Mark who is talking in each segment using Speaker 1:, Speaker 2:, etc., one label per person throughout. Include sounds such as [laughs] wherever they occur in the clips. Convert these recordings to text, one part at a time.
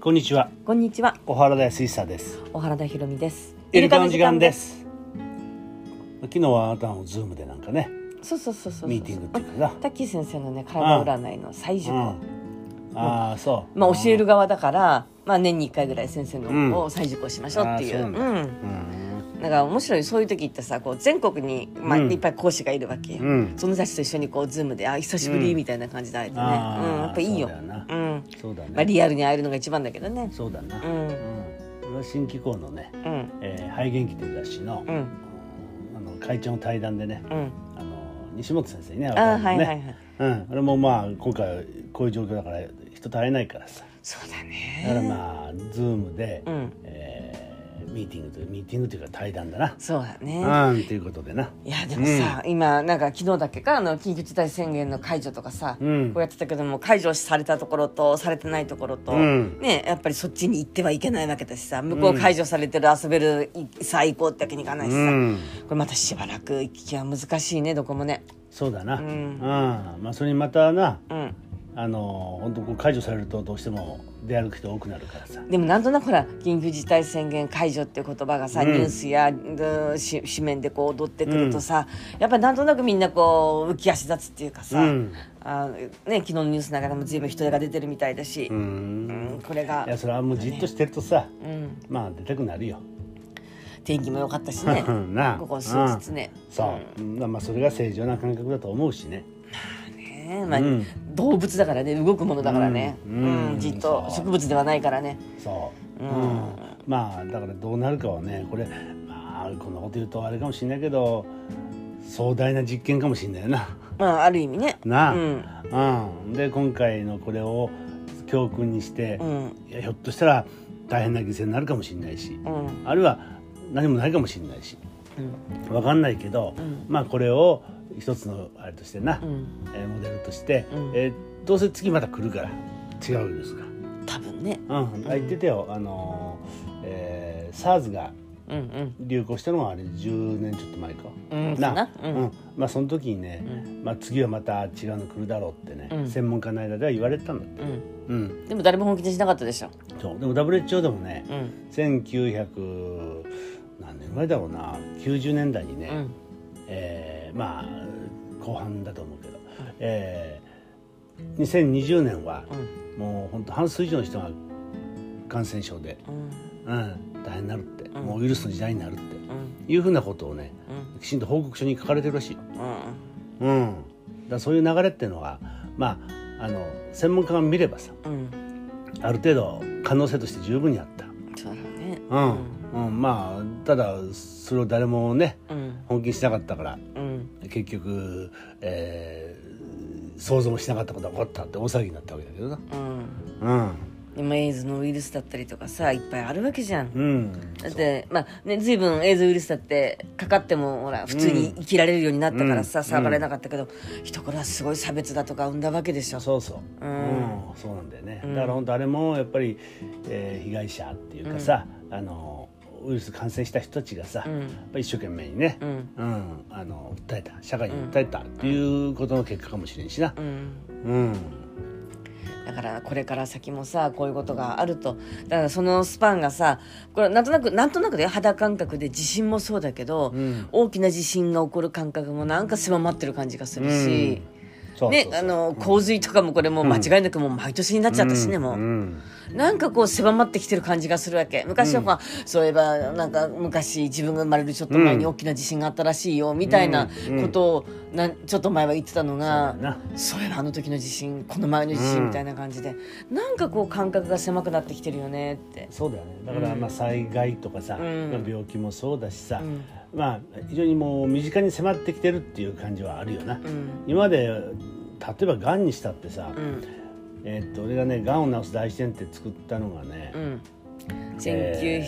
Speaker 1: こんにちは
Speaker 2: こんにちは、
Speaker 1: 小原田康久です
Speaker 2: 小原田博美です。
Speaker 1: イルカの時間で。す昨日はあなたのズームでなんかね
Speaker 2: そうそうそうそうそう。
Speaker 1: ミーティングっていうかな
Speaker 2: タッキー先生のね、体占いの最
Speaker 1: う
Speaker 2: 初、
Speaker 1: んああそう
Speaker 2: まあ教える側だから、まあ年に一回ぐらい先生
Speaker 1: うん
Speaker 2: のを再受講しましょうっていう。
Speaker 1: あー
Speaker 2: うん。
Speaker 1: そううん
Speaker 2: だから面白いそういう時ってさ、こう全国にまあ
Speaker 1: うん
Speaker 2: いっぱい講師がいるわけ。
Speaker 1: うん
Speaker 2: その人たちと一緒にこうズームであ久しぶ
Speaker 1: う
Speaker 2: り
Speaker 1: ん
Speaker 2: みたいな感じで会えてね。うん、
Speaker 1: あー
Speaker 2: やっぱいいよ。
Speaker 1: そうだよな
Speaker 2: うん。
Speaker 1: そうだ
Speaker 2: まあ
Speaker 1: ね
Speaker 2: リアルに会えるのが一番だけどね。
Speaker 1: そうだな
Speaker 2: う
Speaker 1: うん
Speaker 2: ん。
Speaker 1: 俺は新機構のね
Speaker 2: うん。
Speaker 1: えー肺元気という雑誌の
Speaker 2: う
Speaker 1: あ
Speaker 2: ん。
Speaker 1: の会長の対談でね
Speaker 2: うん。
Speaker 1: あの西本先生にね
Speaker 2: ああ
Speaker 1: 会う
Speaker 2: ーはいはいは
Speaker 1: ね
Speaker 2: い。
Speaker 1: うん俺もまあ今回こういう状況だから人足りないからさ
Speaker 2: そうだ
Speaker 1: だから
Speaker 2: ね。
Speaker 1: まあズームで、
Speaker 2: うん。
Speaker 1: えーミーティングというミーティングというか対談だな。
Speaker 2: そうだね。
Speaker 1: うんということでな。
Speaker 2: いやでもさ、今なんか昨日だっけかあの緊急事態宣言の解除とかさ、
Speaker 1: うん
Speaker 2: こうやってたけども解除されたところとされてないところと、
Speaker 1: うん
Speaker 2: ねやっぱりそっちに行ってはいけないわけだしさ向こう解除されてる遊べるいさあ行こうってわけにいかないし
Speaker 1: う
Speaker 2: さ、
Speaker 1: ん、
Speaker 2: これまたしばらく行き来は難しいねどこもね
Speaker 1: そうだな。
Speaker 2: う
Speaker 1: うんん、まあそれにまたな、
Speaker 2: うん
Speaker 1: あの本当こう解除されるとどうしても出歩く人多くなるからさ。
Speaker 2: でもなんとなくほら緊急事態宣言解除っていう言葉がさ、
Speaker 1: うん
Speaker 2: ニュースやうんし紙面でこう踊ってくるとさ、やっぱりなんとなくみんなこう浮き足立つっていうかさ、
Speaker 1: うん。
Speaker 2: あね、昨日のニュースながらも随分人が出てるみたいだし、
Speaker 1: う
Speaker 2: うん
Speaker 1: ん。
Speaker 2: これが
Speaker 1: いや、それはもうじっとしてるとさ、
Speaker 2: うん、
Speaker 1: まあ出たくなるよ。
Speaker 2: 天気も良かったしね
Speaker 1: [laughs] なあ
Speaker 2: ここ数日ね。
Speaker 1: そう。うんまあそれが正常な感覚だと思うしね。
Speaker 2: ねえまあ
Speaker 1: うん
Speaker 2: 動物だからね動くものだからね、う
Speaker 1: うんんうん
Speaker 2: じっと
Speaker 1: そう
Speaker 2: 植物ではないからね
Speaker 1: そう、
Speaker 2: う
Speaker 1: うんんまあだからどうなるかはねこれまあこんなこと言うとあれかもしれないけど壮大な実験かもしれない [laughs] な。
Speaker 2: まあある意味ね
Speaker 1: なあ、
Speaker 2: うん
Speaker 1: うんで今回のこれを教訓にして、
Speaker 2: うん
Speaker 1: いやひょっとしたら大変な犠牲になるかもしれないし、
Speaker 2: うん
Speaker 1: あるいは何もないかもしれないし
Speaker 2: うん
Speaker 1: わかんないけど、
Speaker 2: うん
Speaker 1: まあこれを一つのあれとしてな、
Speaker 2: うん
Speaker 1: えーモデルとして、
Speaker 2: うん
Speaker 1: えーどうせ次また来るから違うんですか。
Speaker 2: 多分ね
Speaker 1: うん、あ言ってたよ、あのーえー、SARS が
Speaker 2: うん
Speaker 1: 流行したのはあれ10年ちょっと前か、
Speaker 2: うんうん
Speaker 1: な
Speaker 2: か
Speaker 1: う
Speaker 2: なんうん
Speaker 1: まあ、その時にね、
Speaker 2: うん
Speaker 1: まあ、次はまた違うの来るだろうってね、
Speaker 2: うん
Speaker 1: 専門家の間では言われてたんだって、
Speaker 2: うん
Speaker 1: うん、
Speaker 2: でも誰も本気にしなかったでしょ
Speaker 1: そうでも WHO でもね
Speaker 2: うん
Speaker 1: 1900何年前だろうな90年代にね、
Speaker 2: うん
Speaker 1: えーまあ後半だと思うけど、えー、2020年は
Speaker 2: うん
Speaker 1: もう本当半数以上の人が感染症で。
Speaker 2: うん
Speaker 1: うん、大変になるって、
Speaker 2: ん
Speaker 1: もうウイルスの時代になるって
Speaker 2: うん
Speaker 1: いうふうなことをね
Speaker 2: うん
Speaker 1: きちんと報告書に書かれてるらしい、
Speaker 2: うん
Speaker 1: うん、だからそういう流れっていうのはまああの専門家が見ればさ
Speaker 2: うん
Speaker 1: ある程度可能性として十分にあった、
Speaker 2: そうだね
Speaker 1: うんうん、まあただそれを誰もね
Speaker 2: うん
Speaker 1: 本気にしなかったから
Speaker 2: うん
Speaker 1: 結局、えー想像もしなかったことが起こったって大騒ぎになったわけだけどな
Speaker 2: うん
Speaker 1: うん
Speaker 2: でもエイズのウイルスだったりとかさいっぱいあるわけじゃん、
Speaker 1: うん
Speaker 2: だってまあね随分エイズウイルスだってかかってもほら普通に生きられるようになったからさ、
Speaker 1: うん
Speaker 2: 騒がれなかったけど、一頃はすごい差別だとか生んだわけでしょ
Speaker 1: そうそう、
Speaker 2: う
Speaker 1: うんんそうなんだよね、
Speaker 2: うん
Speaker 1: だから本当あれもやっぱり、えー被害者っていうかさ、あのウイルス感染した人たちがさ、
Speaker 2: う
Speaker 1: やっ
Speaker 2: ん
Speaker 1: ぱ一生懸命にね、
Speaker 2: う
Speaker 1: うん
Speaker 2: ん
Speaker 1: あの訴えた社会に訴えたっていうことの結果かもしれんしな
Speaker 2: うん
Speaker 1: うん、
Speaker 2: だからこれから先もさこういうことがあるとだからそのスパンがさこれなんとなくなんとなくで肌感覚で地震もそうだけど、
Speaker 1: うん
Speaker 2: 大きな地震が起こる感覚もなんか狭まってる感じがするし、
Speaker 1: そうそうそう
Speaker 2: ねあの洪水とかもこれもう間違いなくもう毎年になっちゃったしね、もう。
Speaker 1: ん
Speaker 2: なんかこう狭まってきてる感じがするわけ昔は、まあそういえばなんか昔自分が生まれるちょっと前に
Speaker 1: うん
Speaker 2: 大きな地震があったらしいよみたいな
Speaker 1: うん
Speaker 2: ことをなんちょっと前は言ってたのが
Speaker 1: そうだな
Speaker 2: そういえばあの時の地震この前の地震みたいな感じで、なんかこう感覚が狭くなってきてるよねって。
Speaker 1: そうだよねだから
Speaker 2: うん
Speaker 1: まあ災害とかさ、
Speaker 2: うん
Speaker 1: まあ、病気もそうだしさ、
Speaker 2: うん
Speaker 1: まあ非常にもう身近に迫ってきてるっていう感じはあるよな、
Speaker 2: うん
Speaker 1: 今まで例えばがんにしたってさ、
Speaker 2: うん
Speaker 1: えーっと俺がねがんを治す大支店って作ったのがね、
Speaker 2: うん
Speaker 1: え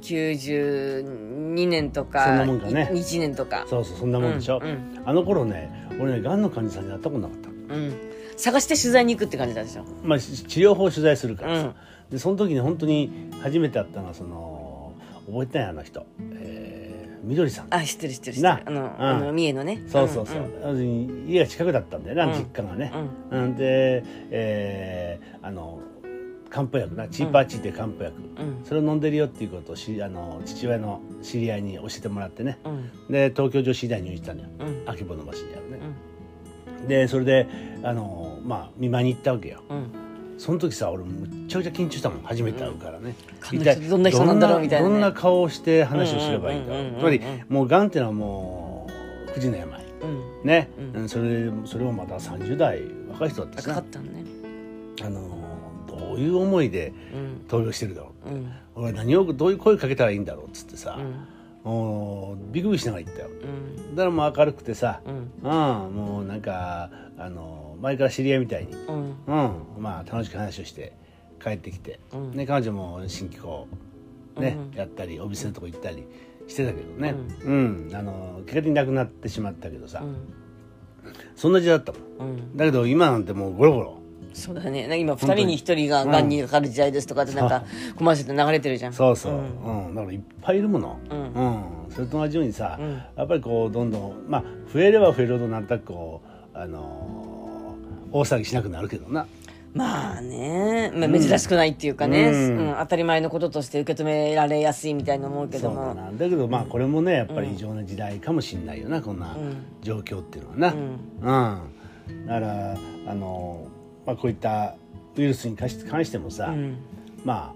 Speaker 2: 1992年とか
Speaker 1: そんなもんかね
Speaker 2: 1年とか
Speaker 1: そうそうそんなもんでしょ、
Speaker 2: うんうん
Speaker 1: あの頃ね俺ねがんの患者さんに会ったことなかった
Speaker 2: うん、探して取材に行くって感じなんでしょ。
Speaker 1: まあ、し治療法を取材するから
Speaker 2: う
Speaker 1: さ、でその時に本当に初めて会ったのはその覚えてないあの人、えー、みどりさん
Speaker 2: あ知ってる知ってる知って
Speaker 1: な
Speaker 2: るあの,、
Speaker 1: うん
Speaker 2: あの三重のね
Speaker 1: そうそうそう、
Speaker 2: んん
Speaker 1: 要するに家が近くだったんだよな、
Speaker 2: うん
Speaker 1: 実家がね、うんで、えーあの漢方薬なチーパーチーって漢方薬、
Speaker 2: うん
Speaker 1: それを飲んでるよっていうことをしあの父親の知り合いに教えてもらってね
Speaker 2: うん
Speaker 1: で東京女子医大に入院したのよ
Speaker 2: うん
Speaker 1: 秋穂の橋にあるね
Speaker 2: う、ん
Speaker 1: でそれであのまあ見舞いに行ったわけよ
Speaker 2: うん
Speaker 1: その時さ俺むっちゃくちゃ緊張したもん初めて会うからね、
Speaker 2: うんどんな人なんだろうみたいなね
Speaker 1: どんな顔をして話をすればいいんだ
Speaker 2: うんうんうんうん
Speaker 1: ろ
Speaker 2: う
Speaker 1: うんつまりもうがんってのはもう不治の病
Speaker 2: うん
Speaker 1: ね、
Speaker 2: うん
Speaker 1: うんそれそれをまた30代若い人だったし
Speaker 2: 高か
Speaker 1: な
Speaker 2: ったのね
Speaker 1: あのどういう思いで
Speaker 2: うん
Speaker 1: 投票してるだろう
Speaker 2: うん
Speaker 1: 俺は何をどういう声かけたらいいんだろうっつって
Speaker 2: う
Speaker 1: さ、
Speaker 2: ん
Speaker 1: もうビクビクしながら言ったよ
Speaker 2: うん
Speaker 1: だからもう明るくてさ、
Speaker 2: うん
Speaker 1: うん、もうなんかあの前から知り合いみたいに、
Speaker 2: うん
Speaker 1: うんまあ、楽しく話をして帰ってきて、
Speaker 2: うん
Speaker 1: ね、彼女も新規校、ね
Speaker 2: うん
Speaker 1: やったりお店のとこ行ったりしてたけどね、
Speaker 2: う
Speaker 1: うんあの結果的になくなってしまったけどさ、
Speaker 2: うん
Speaker 1: そんな時代だったもん
Speaker 2: うん
Speaker 1: だけど今なんてもうゴロゴロ
Speaker 2: そうだねなんか今
Speaker 1: 当に
Speaker 2: 2人に1人ががんにかかる時代ですとかってなんかコマーシャルで流れてるじゃん
Speaker 1: そうそう、
Speaker 2: う
Speaker 1: うんんだからいっぱいいるもの、
Speaker 2: うん
Speaker 1: うんそれと同じようにさ、
Speaker 2: うん
Speaker 1: やっぱりこうどんどん、まあ、増えれば増えるほどなんとなくこう、あのー大騒ぎしなくなるけどな
Speaker 2: まあね、まあ、珍しくないっていうかね、う
Speaker 1: うんん
Speaker 2: 当たり前のこととして受け止められやすいみたいに思うけど
Speaker 1: そうだ
Speaker 2: も
Speaker 1: なだけどまあこれもねやっぱり異常な時代かもしれないよなこんな
Speaker 2: うん
Speaker 1: 状況っていうのはな、うんだから、あのーまあ、こういったウイルスに関し関してもさ、
Speaker 2: うん
Speaker 1: ま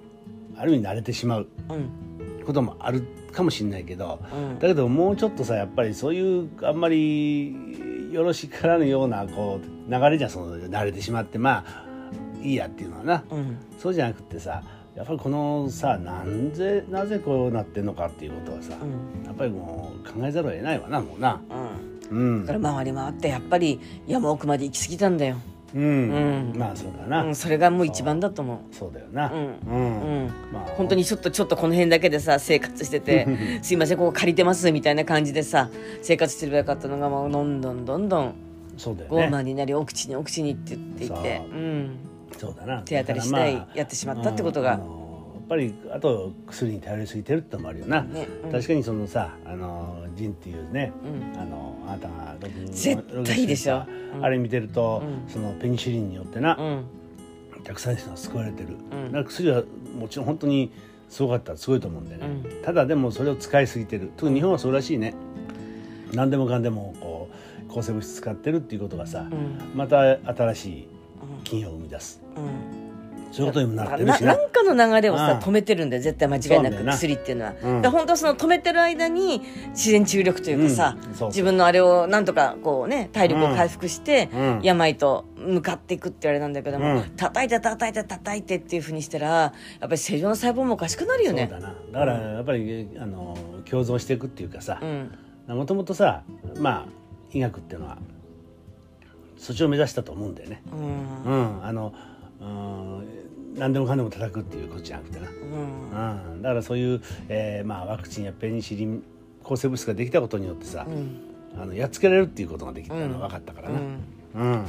Speaker 1: あある意味慣れてしまう
Speaker 2: うん
Speaker 1: こともあるかもしれないけど、
Speaker 2: うん
Speaker 1: だけどもうちょっとさやっぱりそういうあんまりよろしからぬようなこう流れじゃんその慣れてしまってまあいいやっていうのはな、
Speaker 2: うん
Speaker 1: そうじゃなくってさやっぱりこのさなんでなぜこうなってんのかっていうことはさ、
Speaker 2: うん
Speaker 1: やっぱりもう考えざるを得ないわなもうな
Speaker 2: うん
Speaker 1: う
Speaker 2: だ
Speaker 1: ん
Speaker 2: から回り回ってやっぱり山奥まで行き過ぎたんだよ、
Speaker 1: うん、
Speaker 2: うん
Speaker 1: まあそうだな、
Speaker 2: うん、それがもう一番だと思う
Speaker 1: そうだよな
Speaker 2: うん
Speaker 1: うん
Speaker 2: うん
Speaker 1: まあ
Speaker 2: 本当にちょっとちょっとこの辺だけでさ生活し
Speaker 1: [laughs]
Speaker 2: ててすいませんここ借りてますみたいな感じでさ生活してればよかったのがもうどんどんどんどん
Speaker 1: そうだよ
Speaker 2: 傲慢
Speaker 1: ね
Speaker 2: になりお口にお口にって言っていて、
Speaker 1: そううんそうだな
Speaker 2: 手当たり次
Speaker 1: だから
Speaker 2: 第
Speaker 1: まあ
Speaker 2: やってしまったってことが
Speaker 1: うんあのやっぱりあと薬に頼りすぎてるってのもあるよな、
Speaker 2: ねうん
Speaker 1: 確かにそのさあのジンっていうね、
Speaker 2: う
Speaker 1: あのあなたがログ
Speaker 2: 絶対でしょ
Speaker 1: ログしてたあれ見てると、
Speaker 2: うん
Speaker 1: そのペニシリンによってな、
Speaker 2: うん
Speaker 1: たくさんの人が救われてる、
Speaker 2: うん
Speaker 1: だから薬はもちろん本当にすごかったらすごいと思うんでね、
Speaker 2: う
Speaker 1: ただでもそれを使いすぎてる特に日本はそうらしいね何でもかんでもこう抗生物質使ってるっていうことがさ、
Speaker 2: うん
Speaker 1: また新しい菌を生み出す
Speaker 2: うん
Speaker 1: そういうことにもなってる
Speaker 2: な
Speaker 1: しな
Speaker 2: なんかの流れをさ
Speaker 1: うん
Speaker 2: 止めてるんだよ絶対間違い
Speaker 1: そうな
Speaker 2: なん
Speaker 1: だ
Speaker 2: く
Speaker 1: よな
Speaker 2: 薬っていうのは、
Speaker 1: うん
Speaker 2: だから本当はその止めてる間に自然治癒力というかさ、
Speaker 1: うんそうそう
Speaker 2: 自分のあれをなんとかこうね体力を回復して、
Speaker 1: うん
Speaker 2: 病と向かっていくってあれなんだけども、
Speaker 1: うん
Speaker 2: 叩いて叩いて叩いてっていうふうにしたらやっぱり正常な細胞もおかしくなるよね
Speaker 1: そうだなだからやっぱりあの共存していくっていうかさ
Speaker 2: うん
Speaker 1: もともとさまあ医学っていうのはそっちを目指したと思うんだよね
Speaker 2: うん
Speaker 1: うんあのうん何でもかんでも叩くっていうことじゃなくてな、
Speaker 2: うん
Speaker 1: うん、だからそういう、えーまあ、ワクチンやペニシリン抗生物質ができたことによってさ、
Speaker 2: うん
Speaker 1: あのやっつけられるっていうことができた
Speaker 2: うん
Speaker 1: の分かったから
Speaker 2: う
Speaker 1: な、
Speaker 2: ん
Speaker 1: うん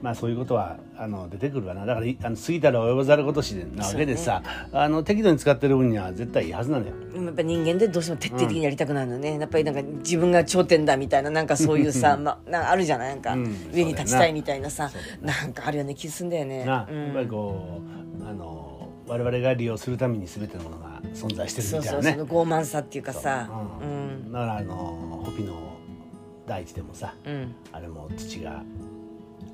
Speaker 1: まあそういうことはあの出てくるわなだからいあの過ぎたら及ばざることしなわけでさ、あの適度に使ってる分には絶対いいはずなのよ。
Speaker 2: でもやっぱ人間でどうしても徹底的にやりたくなるのね、やっぱりなんか自分が頂点だみたいななんかそういうさ、ま、なんかあるじゃないなんか
Speaker 1: うん
Speaker 2: 上に立ちたいみたいなさ、
Speaker 1: そうだよ
Speaker 2: なんかあるよね気すんだよね。
Speaker 1: な、
Speaker 2: うん
Speaker 1: やっぱりこうあの我々が利用するために全てのものが存在してる
Speaker 2: そう
Speaker 1: みたいな
Speaker 2: そう
Speaker 1: ね
Speaker 2: その傲慢さっていうかさう
Speaker 1: うんん、だからあのホピの大地でもさ
Speaker 2: うん
Speaker 1: あれも土が、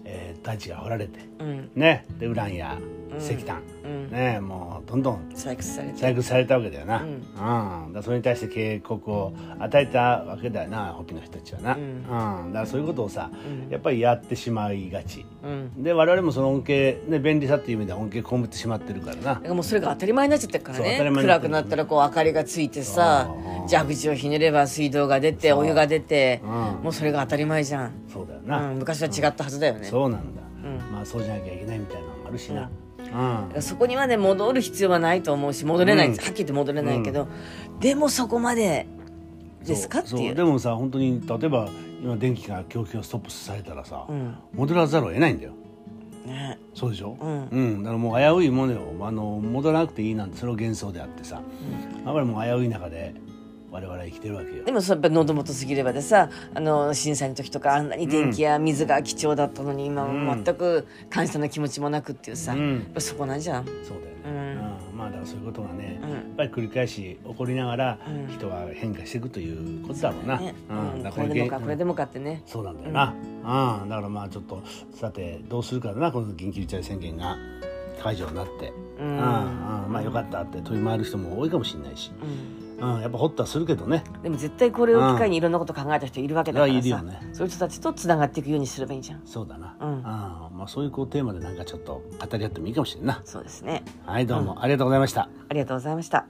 Speaker 1: えー大地が掘られて
Speaker 2: うん
Speaker 1: ねでウランや石炭、
Speaker 2: うん
Speaker 1: ねもうどんどん
Speaker 2: 採掘されて
Speaker 1: 採掘されたわけだよな、
Speaker 2: う
Speaker 1: うんんだからそれに対して警告を与えたわけだよなホピの人たちはな、
Speaker 2: う
Speaker 1: うんんだからそういうことをさ、
Speaker 2: うん
Speaker 1: やっぱりやってしまいがち。
Speaker 2: うん
Speaker 1: で我々もその恩恵、ね、便利さっていう意味では恩恵被ってしまってるからな
Speaker 2: だからもうそれが当たり前になっちゃってるから
Speaker 1: そう当
Speaker 2: ね
Speaker 1: たり前になっ
Speaker 2: 暗
Speaker 1: て
Speaker 2: く
Speaker 1: る
Speaker 2: なったらこう明かりがついてさ
Speaker 1: そう
Speaker 2: 蛇口をひねれば水道が出てお湯が出て、
Speaker 1: うん
Speaker 2: もうそれが当たり前じゃん、
Speaker 1: そうだよ
Speaker 2: う
Speaker 1: な、
Speaker 2: ん、昔は違ったはずだよね、
Speaker 1: そうなんだ、
Speaker 2: うん
Speaker 1: まあそうじゃなきゃいけないみたいなのもあるしな、
Speaker 2: だからそこにまで戻る必要はないと思うし戻れない、
Speaker 1: うん
Speaker 2: はっきり言って戻れないけど、でもそこまで
Speaker 1: うん
Speaker 2: ですかって
Speaker 1: そ
Speaker 2: いう
Speaker 1: でもさ本当に例えば今電気が供給をストップされたらさ、
Speaker 2: うん
Speaker 1: 戻らざるを得ないんだよ
Speaker 2: ね
Speaker 1: そうでしょ、
Speaker 2: うん
Speaker 1: だからもう危ういものよあの戻らなくていいなんてそれは幻想であってさ、やっぱりもう危うい中で我々は生きてるわけよ
Speaker 2: でもそうやっぱ喉元過ぎればでさあの震災の時とかあんなに電気や水が貴重だったのに、今
Speaker 1: うん
Speaker 2: 全く感謝の気持ちもなくっていうさ、
Speaker 1: う
Speaker 2: や
Speaker 1: ん
Speaker 2: っぱそこなんじゃん。
Speaker 1: そうだよね、
Speaker 2: うん
Speaker 1: うんまあだからそういうことがね、
Speaker 2: う
Speaker 1: や
Speaker 2: ん
Speaker 1: っぱり繰り返し起こりながら
Speaker 2: うん
Speaker 1: 人は変化していくということだろうな、
Speaker 2: ね
Speaker 1: うん
Speaker 2: うん
Speaker 1: だ
Speaker 2: こ
Speaker 1: から
Speaker 2: れでもか
Speaker 1: げ
Speaker 2: これでもかってね。
Speaker 1: そうなんだよな、うんだからまあちょっとさてどうするかだなこの緊急事態宣言が解除になって、
Speaker 2: う
Speaker 1: うん
Speaker 2: ん
Speaker 1: うんまあよかったって取り回る人も多いかもしれないし、
Speaker 2: うん
Speaker 1: うん、やっぱホッとはするけどね
Speaker 2: でも絶対これを機会にいろんなこと考えた人いるわけだか
Speaker 1: い
Speaker 2: ら
Speaker 1: やいるよ
Speaker 2: さ、
Speaker 1: ね
Speaker 2: そういう人たちとつながっていくようにすればいいじゃん。
Speaker 1: そうだな、
Speaker 2: うん
Speaker 1: まあ、そういうこうテーマでなんかちょっと語り合ってもいいかもしれんな
Speaker 2: そうですね。
Speaker 1: はいどうもありがとうございました、
Speaker 2: ありがとうございました。